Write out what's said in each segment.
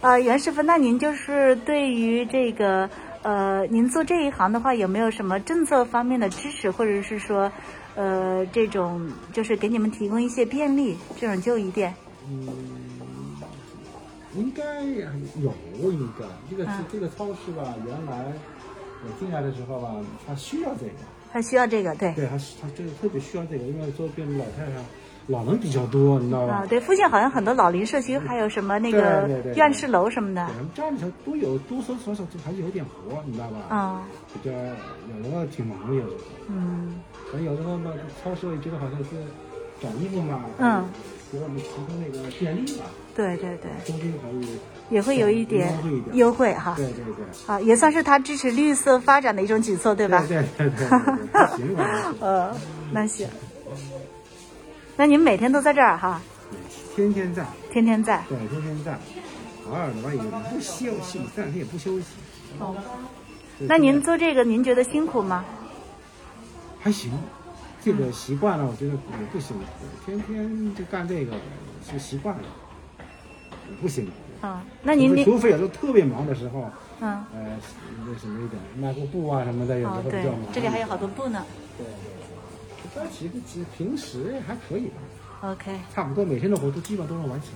呃，袁师傅，那您就是对于这个呃，您做这一行的话，有没有什么政策方面的支持，或者是说，呃，这种就是给你们提供一些便利，这种就医店？嗯应该有应该，这个嗯这个超市吧，原来我进来的时候吧，它需要这个，他需要这个，对。对，它是它这个特别需要这个，因为周边老太太、老人比较多，你知道啊吧？，对，附近好像很多老龄社区，还有什么那嗯对个对对对院士楼什么的对，，我们家里头都有，多多少少就还是有点活，你知道吧？啊，比较有的时候挺忙的，有时候，嗯，可能有的时候嘛，超市也觉得好像是找衣服嘛，嗯，给我们提供那个便利嘛，对对对，中间可以，也会有一点对应该会一点优惠哈，对对对，啊，也算是他支持绿色发展的一种举措，对吧？对对对对对，对行吧， 呃，那行，那你们每天都在这儿哈，天天在。天天在。对，天天站，偶尔的吧也不休息，但是也不休息。哦，对那您这做这个，您觉得辛苦吗？个还行，这个习惯了，我觉得也不辛苦，天天就干这个是习惯了，也不辛苦。啊，那您除非您除非有时候特别忙的时候，嗯，呃，那什么一点，迈个步啊什么的，有时哦候比对较忙。，这里还有好多。布呢。对对。但其实其实平时还可以吧， OK， 差不多每天的活都基本都能完成。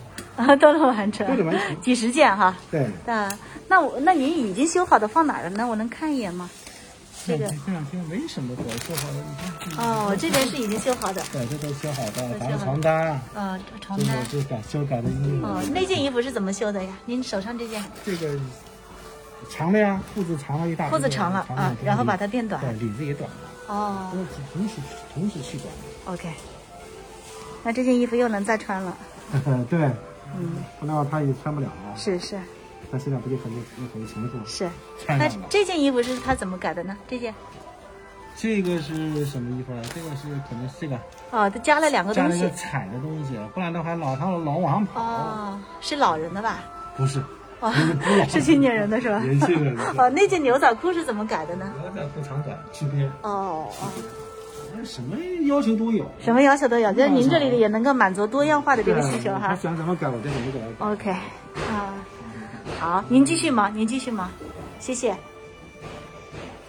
啊，都能完成，都能完成几十件哈。对，那那我那您已经修好的放哪儿了呢？我能看一眼吗？这个这两天没什么活，做好了。你看哦，这边是已经修好的，对，这都修好都修的，咱好们的床单啊。呃，床就是单。就是改修改的衣服，哦，那件衣服是怎么修的呀？您手上这件这个长了呀，裤子长了一大，裤子长了啊，然后把它变对短。领子也短了，哦都是同时同时去短，OK。那这件衣服又能再穿了。的。对，嗯，不然他也穿不了啊。是是他现在不就很又很重复是。穿那上了。这件衣服是他怎么改的呢？这件这个是什么衣服啊？这个是可能是这个哦，他加了两个加东了一西个。彩的东西，不然的话老上老往上跑。哦，是老人的吧？不是，哦不是老，人是青年人的是吧？年轻人的 哦，那件牛仔裤是怎么改的呢？我在不常改区别，哦哦。什么要求都有。什么要求都有，就是您这里的也能够满足多样化的这个需求他哈。想怎么改我就怎么改。 OK，啊，好，您继续忙，您继续忙，谢谢。